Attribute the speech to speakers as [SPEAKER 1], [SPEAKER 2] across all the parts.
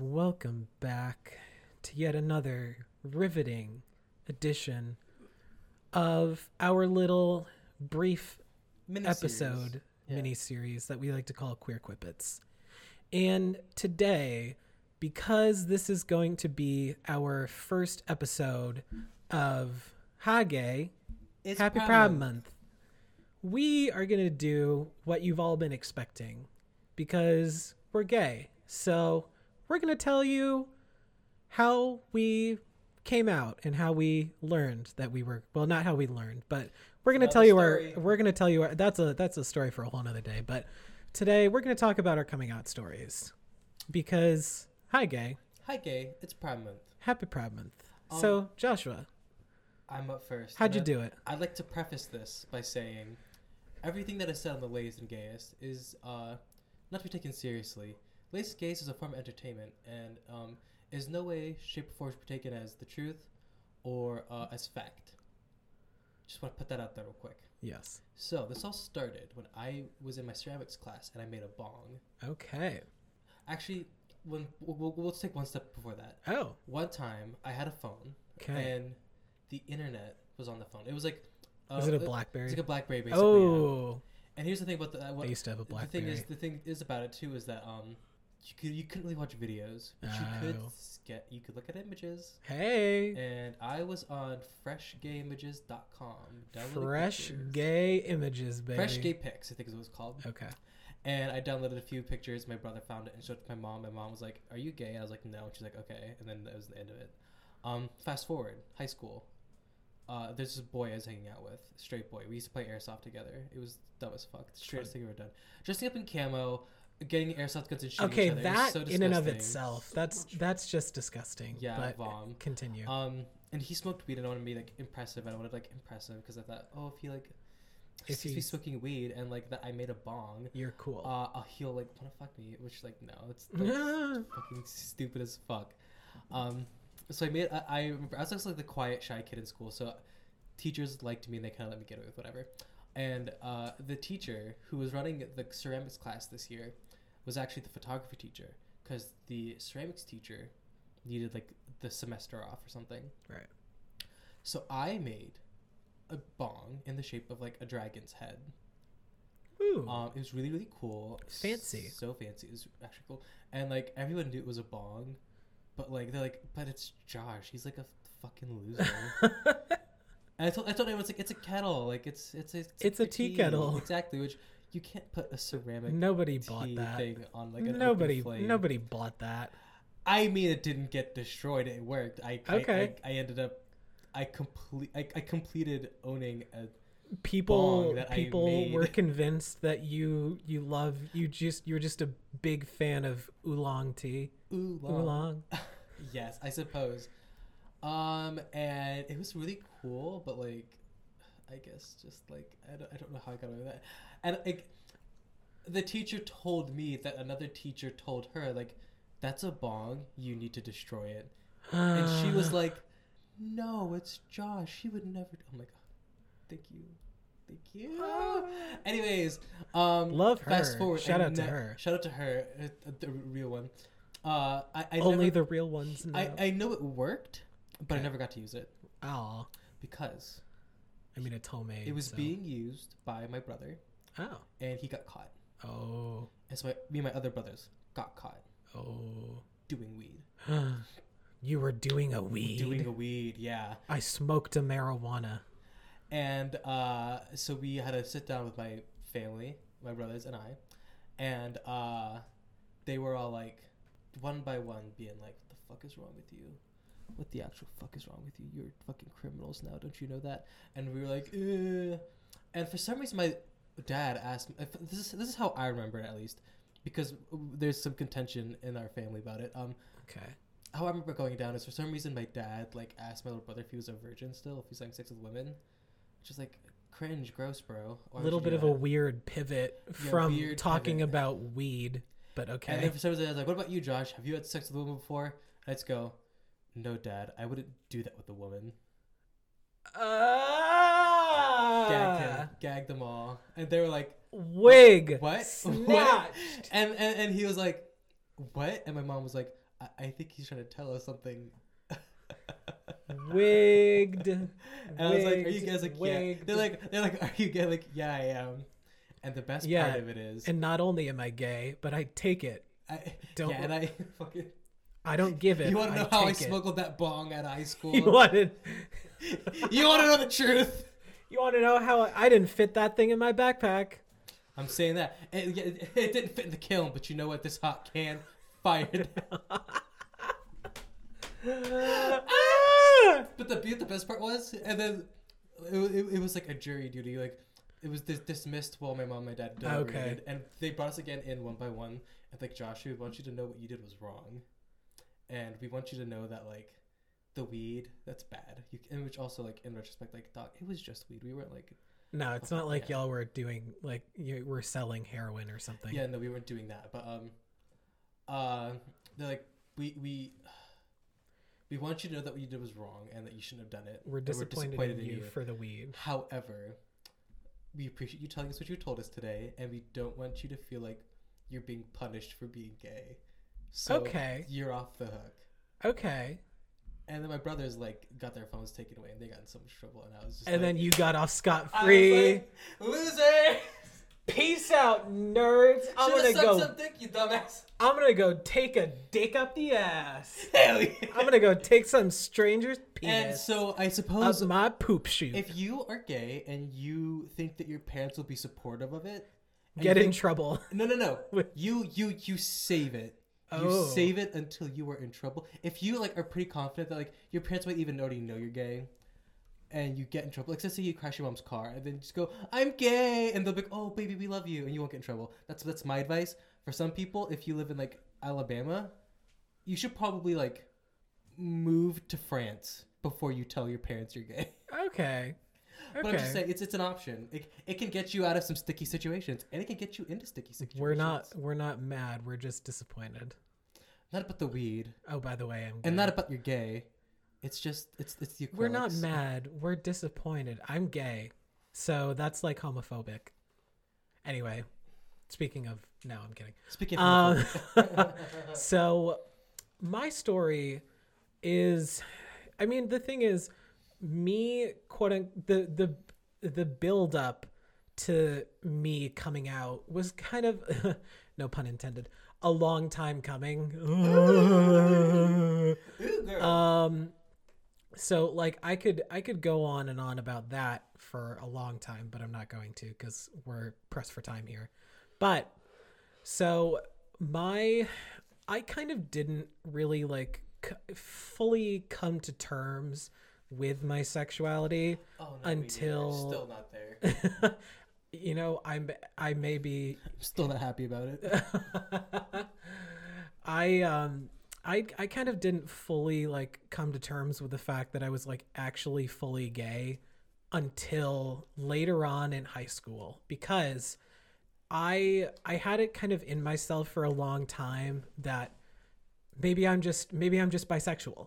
[SPEAKER 1] Welcome back to yet another riveting edition of our little brief
[SPEAKER 2] Miniseries.
[SPEAKER 1] episode
[SPEAKER 2] Yeah.
[SPEAKER 1] mini miniseries that we like to call Queer Quippets. And today, because this is going to be our first episode of Hage,
[SPEAKER 2] It's
[SPEAKER 1] Happy
[SPEAKER 2] Pride
[SPEAKER 1] Pride Month. We are going to do what you've all been expecting because we're gay. So we're going to tell you how we came out and how we learned that we were well not how we learned but we're going to
[SPEAKER 2] Another
[SPEAKER 1] tell you our
[SPEAKER 2] story.
[SPEAKER 1] we're going to tell you our, that's a that's a story for a whole nother day but today we're going to talk about our coming out stories because hi gay
[SPEAKER 2] Hi, gay. It's Pride Month.
[SPEAKER 1] happy pride month
[SPEAKER 2] Um,
[SPEAKER 1] so joshua
[SPEAKER 2] I'm up first.
[SPEAKER 1] how'd you
[SPEAKER 2] and
[SPEAKER 1] do it
[SPEAKER 2] I- I'd like to preface this by saying everything that is said on the latest and gayest is uh, not to be taken seriously. Latest and gayest is a form of entertainment and um, is no way, shape, or form to be taken as the truth or uh, as fact. Just want to put that out there real quick.
[SPEAKER 1] yes
[SPEAKER 2] So, this all started when I was in my ceramics class and I made a bong.
[SPEAKER 1] okay
[SPEAKER 2] Actually, when we'll, we'll, we'll take one step before that.
[SPEAKER 1] oh
[SPEAKER 2] One time, I had a phone
[SPEAKER 1] okay
[SPEAKER 2] and the internet was on the phone. It was like uh,
[SPEAKER 1] Is it a
[SPEAKER 2] it-
[SPEAKER 1] BlackBerry?
[SPEAKER 2] It's like a BlackBerry basically. yeah.
[SPEAKER 1] oh,
[SPEAKER 2] And here's the thing about the uh,
[SPEAKER 1] I
[SPEAKER 2] what,
[SPEAKER 1] used to have a
[SPEAKER 2] the thing
[SPEAKER 1] BlackBerry.
[SPEAKER 2] is the thing is about it too is that um you could you couldn't really watch videos, but you could
[SPEAKER 1] Oh.
[SPEAKER 2] s- get you could look at images.
[SPEAKER 1] hey,
[SPEAKER 2] And I was on freshgayimages.com. downloaded
[SPEAKER 1] fresh
[SPEAKER 2] pictures.
[SPEAKER 1] gay images, baby.
[SPEAKER 2] Fresh Gay Pics, I think is what it's called.
[SPEAKER 1] Okay.
[SPEAKER 2] And I downloaded a few pictures. My brother found it and showed it to my mom. My mom was like, "Are you gay?" And I was like, "No." And she's like, "Okay." And then that was the end of it. Um, fast forward, high school. Uh, there's this boy I was hanging out with, straight boy. We used to play airsoft together. It was dumb as fuck. The straightest thing I've ever done. Dressing up in camo, getting airsoft guns and shooting
[SPEAKER 1] Okay,
[SPEAKER 2] each other. It was
[SPEAKER 1] that
[SPEAKER 2] so
[SPEAKER 1] in and of
[SPEAKER 2] disgusting.
[SPEAKER 1] itself, that's that's just disgusting.
[SPEAKER 2] Yeah,
[SPEAKER 1] but
[SPEAKER 2] vom.
[SPEAKER 1] continue.
[SPEAKER 2] Um, and he smoked weed, and I wanted to be like impressive, and I wanted like impressive because I thought, oh, if he like,
[SPEAKER 1] If
[SPEAKER 2] if he's
[SPEAKER 1] he's-
[SPEAKER 2] smoking weed and like that, I made a bong.
[SPEAKER 1] You're cool.
[SPEAKER 2] Uh, uh, he'll like want to fuck me, which like no, it's like,
[SPEAKER 1] No.
[SPEAKER 2] fucking stupid as fuck. Um, so I made I, I remember I was just like the quiet shy kid in school, so teachers liked me and they kind of let me get away with whatever. And uh, the teacher who was running the ceramics class this year was actually the photography teacher because the ceramics teacher needed like the semester off or something.
[SPEAKER 1] Right.
[SPEAKER 2] So I made a bong in the shape of like a dragon's head.
[SPEAKER 1] Ooh,
[SPEAKER 2] Um, it was really really cool.
[SPEAKER 1] Fancy.
[SPEAKER 2] So fancy. It was actually cool, and like everyone knew it was a bong, but like they're like, but it's Josh. He's like a fucking loser. and I told I told everyone it's like it's a kettle. Like it's it's it's,
[SPEAKER 1] It's a
[SPEAKER 2] for
[SPEAKER 1] tea kettle.
[SPEAKER 2] exactly. Which you can't put a ceramic
[SPEAKER 1] nobody bought
[SPEAKER 2] tea
[SPEAKER 1] that.
[SPEAKER 2] thing on like an open
[SPEAKER 1] Nobody,
[SPEAKER 2] flame.
[SPEAKER 1] nobody bought that.
[SPEAKER 2] I mean, it didn't get destroyed. It worked. I I-
[SPEAKER 1] Okay.
[SPEAKER 2] I, I, ended up. I complete. I, I completed owning a.
[SPEAKER 1] People,
[SPEAKER 2] Bong that I
[SPEAKER 1] people
[SPEAKER 2] made.
[SPEAKER 1] were convinced that you, you love, you just, you were just a big fan of oolong tea. Oolong.
[SPEAKER 2] Yes, I suppose. Um, and it was really cool, but like, I guess just like I don't, I don't know how I got away with that. And like, the teacher told me that another teacher told her like, "That's a bong. You need to destroy it." And she
[SPEAKER 1] Ah.
[SPEAKER 2] was like, "No, it's Josh. She would never." do-" I'm like, "Thank you, thank you." Anyways, um,
[SPEAKER 1] Ah. Love
[SPEAKER 2] Fast
[SPEAKER 1] her.
[SPEAKER 2] forward.
[SPEAKER 1] Shout
[SPEAKER 2] and
[SPEAKER 1] out to
[SPEAKER 2] ne-
[SPEAKER 1] her.
[SPEAKER 2] Shout out to her, uh, the real one. Uh, I, I
[SPEAKER 1] only
[SPEAKER 2] never-
[SPEAKER 1] the real ones know.
[SPEAKER 2] I, I know it worked, but I
[SPEAKER 1] Okay.
[SPEAKER 2] never got to use it
[SPEAKER 1] Aw.
[SPEAKER 2] because
[SPEAKER 1] I mean, it's homemade.
[SPEAKER 2] it was
[SPEAKER 1] so-
[SPEAKER 2] being used by my brother
[SPEAKER 1] Oh.
[SPEAKER 2] and he got caught.
[SPEAKER 1] Oh.
[SPEAKER 2] And so I, me and my other brothers got caught
[SPEAKER 1] Oh.
[SPEAKER 2] doing weed.
[SPEAKER 1] you were doing a weed.
[SPEAKER 2] Doing a weed, yeah.
[SPEAKER 1] I smoked a marijuana.
[SPEAKER 2] And uh, so we had to sit down with my family, my brothers and I, and uh, they were all like, one by one, being like, "What the fuck is wrong with you? What the actual fuck is wrong with you? You're fucking criminals now, don't you know that?" And we were like, Ugh. and for some reason, my dad asked. If, this is this is how I remember it at least, because there's some contention in our family about it. Um,
[SPEAKER 1] Okay.
[SPEAKER 2] how I remember going down is for some reason my dad like asked my little brother if he was a virgin still, if he's having sex with women. Just like cringe, gross, bro.
[SPEAKER 1] A
[SPEAKER 2] Why would
[SPEAKER 1] little
[SPEAKER 2] you
[SPEAKER 1] bit
[SPEAKER 2] do
[SPEAKER 1] of
[SPEAKER 2] that?
[SPEAKER 1] a weird pivot
[SPEAKER 2] Yeah,
[SPEAKER 1] from
[SPEAKER 2] weird
[SPEAKER 1] talking
[SPEAKER 2] pivot.
[SPEAKER 1] about weed, but okay.
[SPEAKER 2] And then for some reason I was like, "What about you, Josh? Have you had sex with a woman before?" And I'd go, "No, Dad, I wouldn't do that with a woman." Gag him,
[SPEAKER 1] Ah!
[SPEAKER 2] gag them all, and they were like,
[SPEAKER 1] Wig.
[SPEAKER 2] "What?
[SPEAKER 1] Snatched.
[SPEAKER 2] What?" And, and and he was like, "What?" And my mom was like, I, I think he's trying to tell us something.
[SPEAKER 1] Wigged.
[SPEAKER 2] and I was like, "Are you
[SPEAKER 1] wigged,
[SPEAKER 2] guys like yeah?"
[SPEAKER 1] wigged.
[SPEAKER 2] They're like, "They're like, are you guys like yeah, I am." And the best
[SPEAKER 1] Yeah,
[SPEAKER 2] part of it is,
[SPEAKER 1] And not only am I gay, but I take it.
[SPEAKER 2] I,
[SPEAKER 1] don't-
[SPEAKER 2] yeah, and I fucking.
[SPEAKER 1] I don't give it.
[SPEAKER 2] You want to know how I
[SPEAKER 1] take it.
[SPEAKER 2] smuggled that bong out of high school?
[SPEAKER 1] You wanted.
[SPEAKER 2] you want to know the truth?
[SPEAKER 1] You want to know how I I didn't fit that thing in my backpack?
[SPEAKER 2] I'm saying that it, yeah, it, it didn't fit in the kiln, but you know what? This hot can fired.
[SPEAKER 1] Ah!
[SPEAKER 2] But the be- the best part was, and then it, wa- it, it was like a jury duty. Like it was dis- dismissed while my mom and my dad deliberated,
[SPEAKER 1] Okay.
[SPEAKER 2] and they brought us again in one by one. And like Josh, we want you to know what you did was wrong, and we want you to know that like the weed that's bad. You and which also like in retrospect, like thought it was just weed. We weren't like
[SPEAKER 1] No, it's not like
[SPEAKER 2] Yeah.
[SPEAKER 1] y'all were doing like you were selling heroin or something.
[SPEAKER 2] yeah, no, we weren't doing that. But um, uh, they're like we we. We want you to know that what you did was wrong and that you shouldn't have done it.
[SPEAKER 1] We're
[SPEAKER 2] and
[SPEAKER 1] disappointed, in, you, for the weed.
[SPEAKER 2] However, we appreciate you telling us what you told us today, and we don't want you to feel like you're being punished for being gay. So
[SPEAKER 1] Okay.
[SPEAKER 2] you're off the hook.
[SPEAKER 1] Okay.
[SPEAKER 2] And then my brothers like got their phones taken away, and they got in so much trouble. And I was just
[SPEAKER 1] And
[SPEAKER 2] like,
[SPEAKER 1] then you got off scot
[SPEAKER 2] I was
[SPEAKER 1] free.
[SPEAKER 2] like, loser.
[SPEAKER 1] Peace out, nerds. I'm
[SPEAKER 2] Should
[SPEAKER 1] gonna
[SPEAKER 2] have sucked
[SPEAKER 1] go.
[SPEAKER 2] some dick, you dumbass.
[SPEAKER 1] I'm gonna go take a dick up the ass.
[SPEAKER 2] Hell yeah.
[SPEAKER 1] I'm gonna go take some stranger's
[SPEAKER 2] and
[SPEAKER 1] penis
[SPEAKER 2] so I
[SPEAKER 1] up
[SPEAKER 2] suppose
[SPEAKER 1] my poop chute.
[SPEAKER 2] if you are gay and you think that your parents will be supportive of it, and
[SPEAKER 1] Get
[SPEAKER 2] you
[SPEAKER 1] in
[SPEAKER 2] think-
[SPEAKER 1] trouble.
[SPEAKER 2] No, no, no.
[SPEAKER 1] Wait.
[SPEAKER 2] You, you, you save it.
[SPEAKER 1] Oh.
[SPEAKER 2] You save it until you are in trouble. If you like are pretty confident that like your parents might even already know you're gay, and you get in trouble, like let's say you crash your mom's car, and then just go, "I'm gay," and they'll be like, "Oh, baby, we love you," and you won't get in trouble. That's that's my advice for some people. If you live in like Alabama, you should probably like move to France before you tell your parents you're gay.
[SPEAKER 1] Okay.
[SPEAKER 2] But I'm just
[SPEAKER 1] Okay.
[SPEAKER 2] saying, it's it's an option. It, it can get you out of some sticky situations, and it can get you into sticky situations.
[SPEAKER 1] We're not. We're not mad. We're just disappointed.
[SPEAKER 2] not about the weed,
[SPEAKER 1] Oh, by the way, I'm.
[SPEAKER 2] and
[SPEAKER 1] gay.
[SPEAKER 2] not about you're gay. It's just it's it's the.
[SPEAKER 1] We're not
[SPEAKER 2] acrylics.
[SPEAKER 1] mad. We're disappointed. I'm gay. So that's like homophobic. Anyway, speaking of, no, I'm kidding.
[SPEAKER 2] Speaking of,
[SPEAKER 1] Um, so my story is, I mean, the thing is, me quote un- the the the build up to me coming out was kind of, no pun intended, a long time coming.
[SPEAKER 2] Ooh, girl.
[SPEAKER 1] um so like i could i could go on and on about that for a long time but i'm not going to because we're pressed for time here but so my i kind of didn't really like c- fully come to terms with my sexuality
[SPEAKER 2] oh, no, we-
[SPEAKER 1] until-
[SPEAKER 2] we're still not there.
[SPEAKER 1] you know i'm i may be
[SPEAKER 2] I'm still not happy about it.
[SPEAKER 1] I um I I kind of didn't fully like come to terms with the fact that I was like actually fully gay until later on in high school because I I had it kind of in myself for a long time that maybe I'm just maybe I'm just bisexual.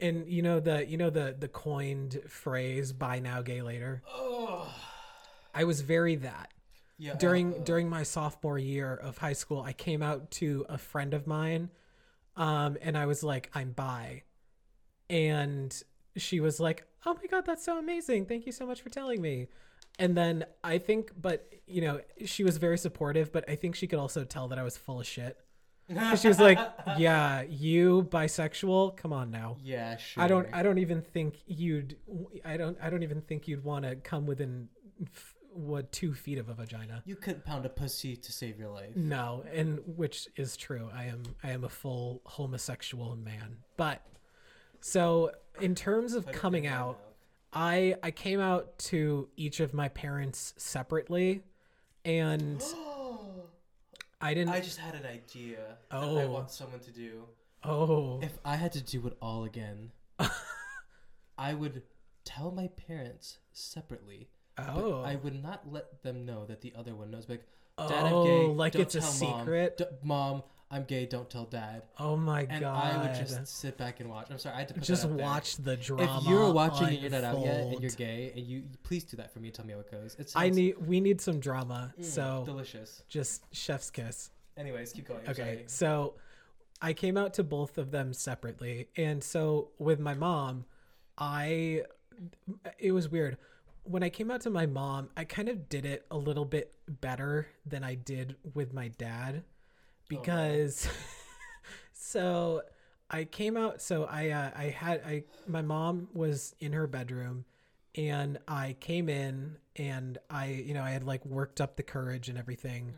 [SPEAKER 1] And you know the you know the the coined phrase buy now gay later.
[SPEAKER 2] Oh,
[SPEAKER 1] I was very that
[SPEAKER 2] yeah.
[SPEAKER 1] during
[SPEAKER 2] uh,
[SPEAKER 1] during my sophomore year of high school i came out to a friend of mine um and i was like i'm bi and she was like oh my god that's so amazing thank you so much for telling me and then i think but you know she was very supportive but i think she could also tell that i was full of shit
[SPEAKER 2] uh.
[SPEAKER 1] 'Cause she was like yeah you bisexual come on now
[SPEAKER 2] yeah, sure.
[SPEAKER 1] I don't. I don't even think you'd. I don't. I don't even think you'd want to come within f- what two feet of a vagina.
[SPEAKER 2] You couldn't pound a pussy to save your life.
[SPEAKER 1] No, and which is true. I am I am a full homosexual man. But so in terms of coming out, I I came out to each of my parents separately and I didn't
[SPEAKER 2] I just had an idea that I
[SPEAKER 1] Oh.
[SPEAKER 2] want someone to do.
[SPEAKER 1] oh
[SPEAKER 2] If I had to do it all again, I would tell my parents separately. but
[SPEAKER 1] oh
[SPEAKER 2] I would not let them know that the other one knows. Like, dad,
[SPEAKER 1] Oh,
[SPEAKER 2] I'm gay.
[SPEAKER 1] like
[SPEAKER 2] don't
[SPEAKER 1] it's a
[SPEAKER 2] tell mom.
[SPEAKER 1] secret?
[SPEAKER 2] D- mom, I'm gay. Don't tell dad.
[SPEAKER 1] oh my
[SPEAKER 2] And
[SPEAKER 1] god.
[SPEAKER 2] I would just sit back and watch. I'm sorry, I had to put that
[SPEAKER 1] Just
[SPEAKER 2] up there.
[SPEAKER 1] watch the drama.
[SPEAKER 2] If you're watching and you're not out yet, and
[SPEAKER 1] unfold.
[SPEAKER 2] you're gay, and you please do that for me and tell me how it goes. It's
[SPEAKER 1] I need we need some
[SPEAKER 2] Mm,
[SPEAKER 1] drama. so
[SPEAKER 2] delicious.
[SPEAKER 1] just chef's kiss.
[SPEAKER 2] Anyways, keep going. I'm
[SPEAKER 1] Okay,
[SPEAKER 2] sorry.
[SPEAKER 1] so I came out to both of them separately. And so with my mom, I it was weird. When I came out to my mom, I kind of did it a little bit better than I did with my dad because so I came out so I uh, I had I my mom was in her bedroom and I came in and I you know I had like worked up the courage and everything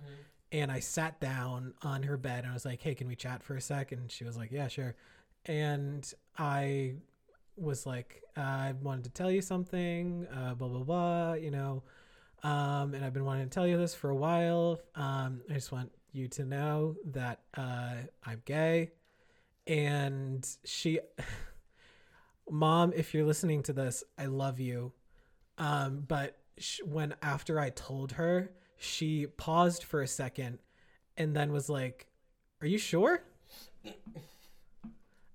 [SPEAKER 1] and I sat down on her bed and I was like, "Hey, can we chat for a sec?" And she was like, "Yeah, sure." And I was like, uh, "I wanted to tell you something, uh, blah blah blah," you know, um, and I've been wanting to tell you this for a while. Um, I just want you to know that uh, I'm gay. And she, mom, if you're listening to this, I love you. Um, but sh- when after I told her, she paused for a second and then was like, Are you sure?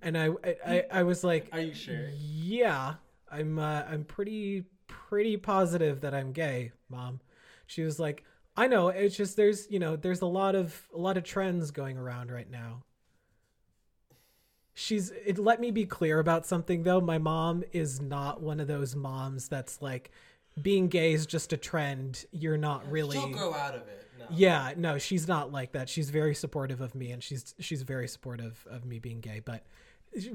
[SPEAKER 1] And I, I, I- I was like,
[SPEAKER 2] Are you sure?
[SPEAKER 1] yeah, I'm. Uh, I'm pretty pretty positive that I'm gay, mom. She was like, I know. It's just there's you know there's a lot of a lot of trends going around right now. She's. It let me be clear about something though. My mom is not one of those moms that's like, being gay is just a trend. You're not really.
[SPEAKER 2] She'll grow out of it. No.
[SPEAKER 1] Yeah, no, she's not like that. She's very supportive of me, and she's she's very supportive of me being gay. But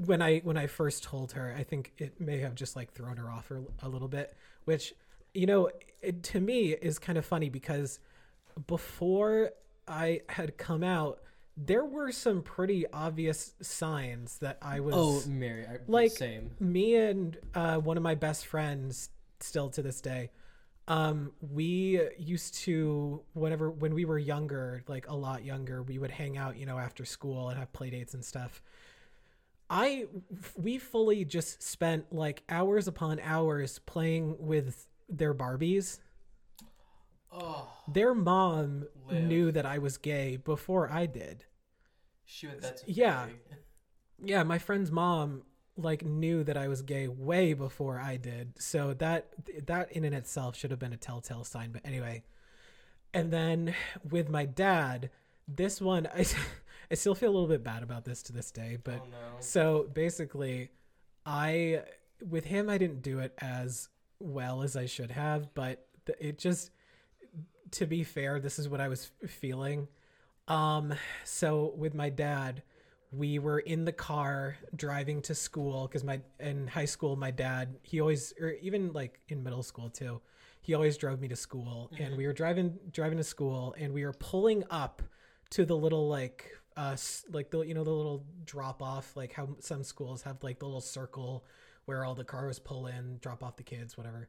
[SPEAKER 1] when I when I first told her, I think it may have just like thrown her off her a little bit, which you know it, to me is kind of funny because before I had come out, there were some pretty obvious signs that I was
[SPEAKER 2] Oh, Mary, I,
[SPEAKER 1] like
[SPEAKER 2] same.
[SPEAKER 1] me and uh, one of my best friends still to this day um we used to whenever when we were younger like a lot younger we would hang out you know after school and have play dates and stuff i we fully just spent like hours upon hours playing with their barbies
[SPEAKER 2] Oh,
[SPEAKER 1] their mom
[SPEAKER 2] Liv.
[SPEAKER 1] knew that i was gay before i did
[SPEAKER 2] shoot, that's
[SPEAKER 1] yeah.
[SPEAKER 2] Mary.
[SPEAKER 1] yeah my friend's mom like knew that i was gay way before i did so that that in and itself should have been a telltale sign but anyway and then with my dad this one i i still feel a little bit bad about this to this day but
[SPEAKER 2] Oh no.
[SPEAKER 1] so basically i with him i didn't do it as well as i should have but th- it just to be fair this is what i was f- feeling um so with my dad we were in the car driving to school because my in high school my dad he always or even like in middle school too he always drove me to school and we were driving driving to school and we were pulling up to the little like uh s- like the you know the little drop off like how some schools have like the little circle where all the cars pull in drop off the kids whatever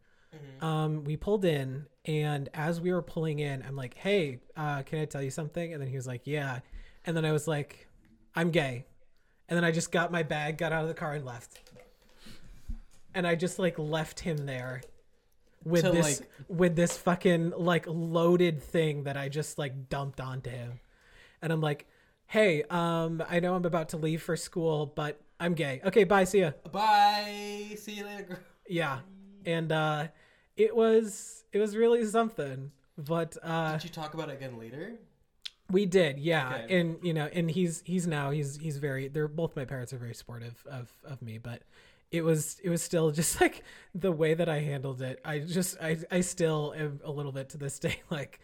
[SPEAKER 1] um we pulled in and as we were pulling in i'm like hey uh can i tell you something and then he was like yeah and then i was like i'm gay and then i just got my bag got out of the car and left and i just like left him there with
[SPEAKER 2] To,
[SPEAKER 1] this
[SPEAKER 2] like-
[SPEAKER 1] with this fucking like loaded thing that i just like dumped onto him and i'm like hey um i know i'm about to leave for school but i'm gay okay bye see ya
[SPEAKER 2] Bye. See you later, girl.
[SPEAKER 1] yeah. And uh it was it was really something. But uh
[SPEAKER 2] Did you talk about it again later?
[SPEAKER 1] we did, yeah.
[SPEAKER 2] Okay.
[SPEAKER 1] And you know, and he's he's now he's he's very they're both my parents are very supportive of of me, but it was it was still just like the way that I handled it. I just I I still am a little bit to this day like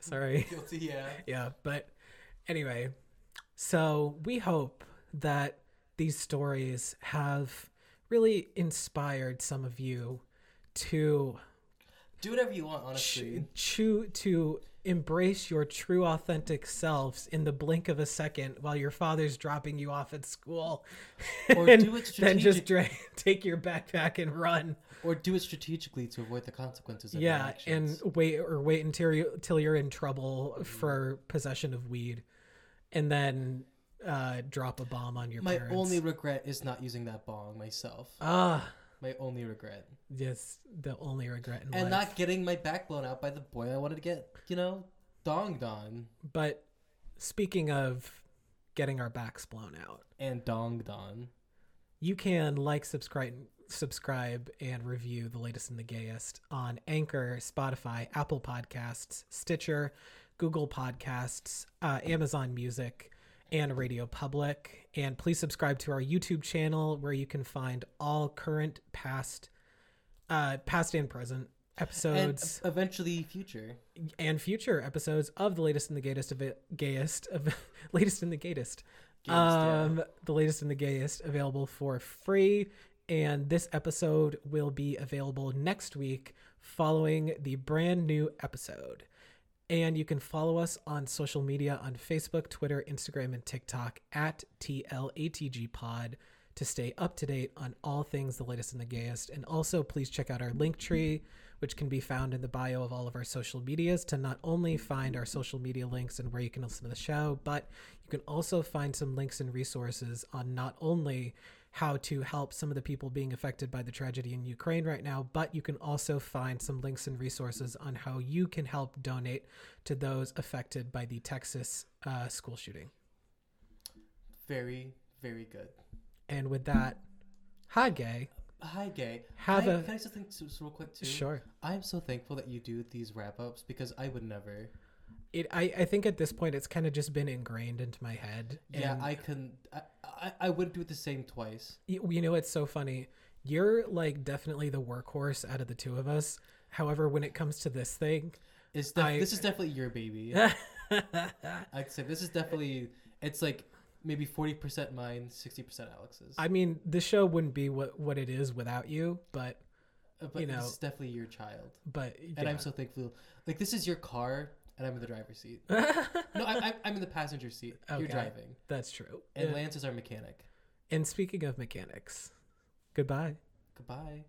[SPEAKER 1] sorry.
[SPEAKER 2] Guilty, yeah.
[SPEAKER 1] yeah, but anyway, so we hope that these stories have really inspired some of you to
[SPEAKER 2] Do whatever you want,
[SPEAKER 1] ch-
[SPEAKER 2] honestly.
[SPEAKER 1] choo- to embrace your true authentic selves in the blink of a second while your father's dropping you off at school
[SPEAKER 2] Or
[SPEAKER 1] and
[SPEAKER 2] do it
[SPEAKER 1] then just dra- take your backpack and run
[SPEAKER 2] Or do it strategically to avoid the consequences of your
[SPEAKER 1] yeah
[SPEAKER 2] actions.
[SPEAKER 1] and wait or wait until you till you're in trouble for possession of weed and then uh drop a bomb on your
[SPEAKER 2] my
[SPEAKER 1] parents
[SPEAKER 2] only regret is not using that bong myself.
[SPEAKER 1] ah
[SPEAKER 2] My only regret.
[SPEAKER 1] yes the only regret in
[SPEAKER 2] And
[SPEAKER 1] life
[SPEAKER 2] not getting my back blown out by the boy I wanted to get, you know, donged on.
[SPEAKER 1] but speaking of getting our backs blown out
[SPEAKER 2] And donged on.
[SPEAKER 1] you can like subscribe subscribe and review the latest and the gayest on anchor spotify apple podcasts stitcher google podcasts uh, amazon music and Radio Public. And please subscribe to our YouTube channel where you can find all current, past, uh, past and present episodes
[SPEAKER 2] and eventually future.
[SPEAKER 1] and, future episodes of the latest and the gayest of it, gayest of latest and the gayest.
[SPEAKER 2] Gayest, yeah.
[SPEAKER 1] um, the latest and the gayest available for free. And this episode will be available next week following the brand new episode. And you can follow us on social media on Facebook, Twitter, Instagram, and TikTok at TLATG Pod to stay up to date on all things the latest and the gayest. And also, please check out our link tree, which can be found in the bio of all of our social medias to not only find our social media links and where you can listen to the show, but you can also find some links and resources on not only how to help some of the people being affected by the tragedy in Ukraine right now, but you can also find some links and resources on how you can help donate to those affected by the Texas uh, school shooting.
[SPEAKER 2] Very, very good.
[SPEAKER 1] And with that, hi, gay.
[SPEAKER 2] Hi, Gay.
[SPEAKER 1] Have
[SPEAKER 2] Hi-
[SPEAKER 1] a-
[SPEAKER 2] Can I just think so, so real quick too?
[SPEAKER 1] Sure.
[SPEAKER 2] I'm so thankful that you do these wrap ups because I would never.
[SPEAKER 1] It, I, I think at this point it's kind of just been ingrained into my head.
[SPEAKER 2] yeah,
[SPEAKER 1] And
[SPEAKER 2] I can. I, I I would do the same twice.
[SPEAKER 1] you, you know, it's so funny. You're like definitely the workhorse out of the two of us. However, when it comes to this thing,
[SPEAKER 2] It's def-
[SPEAKER 1] I-
[SPEAKER 2] this is definitely your baby. I'd say this is definitely. It's like maybe forty percent mine, sixty percent Alex's.
[SPEAKER 1] I mean, this show wouldn't be what, what it is without you, but
[SPEAKER 2] Uh, but
[SPEAKER 1] you know.
[SPEAKER 2] this is definitely your child,
[SPEAKER 1] but
[SPEAKER 2] and
[SPEAKER 1] yeah.
[SPEAKER 2] I'm so thankful. Like this is your car, and I'm in the driver's seat. no, I, I, I'm in the passenger seat. You're
[SPEAKER 1] Okay.
[SPEAKER 2] driving,
[SPEAKER 1] that's true.
[SPEAKER 2] and
[SPEAKER 1] Yeah.
[SPEAKER 2] Lance is our mechanic.
[SPEAKER 1] and speaking of mechanics, goodbye.
[SPEAKER 2] Goodbye.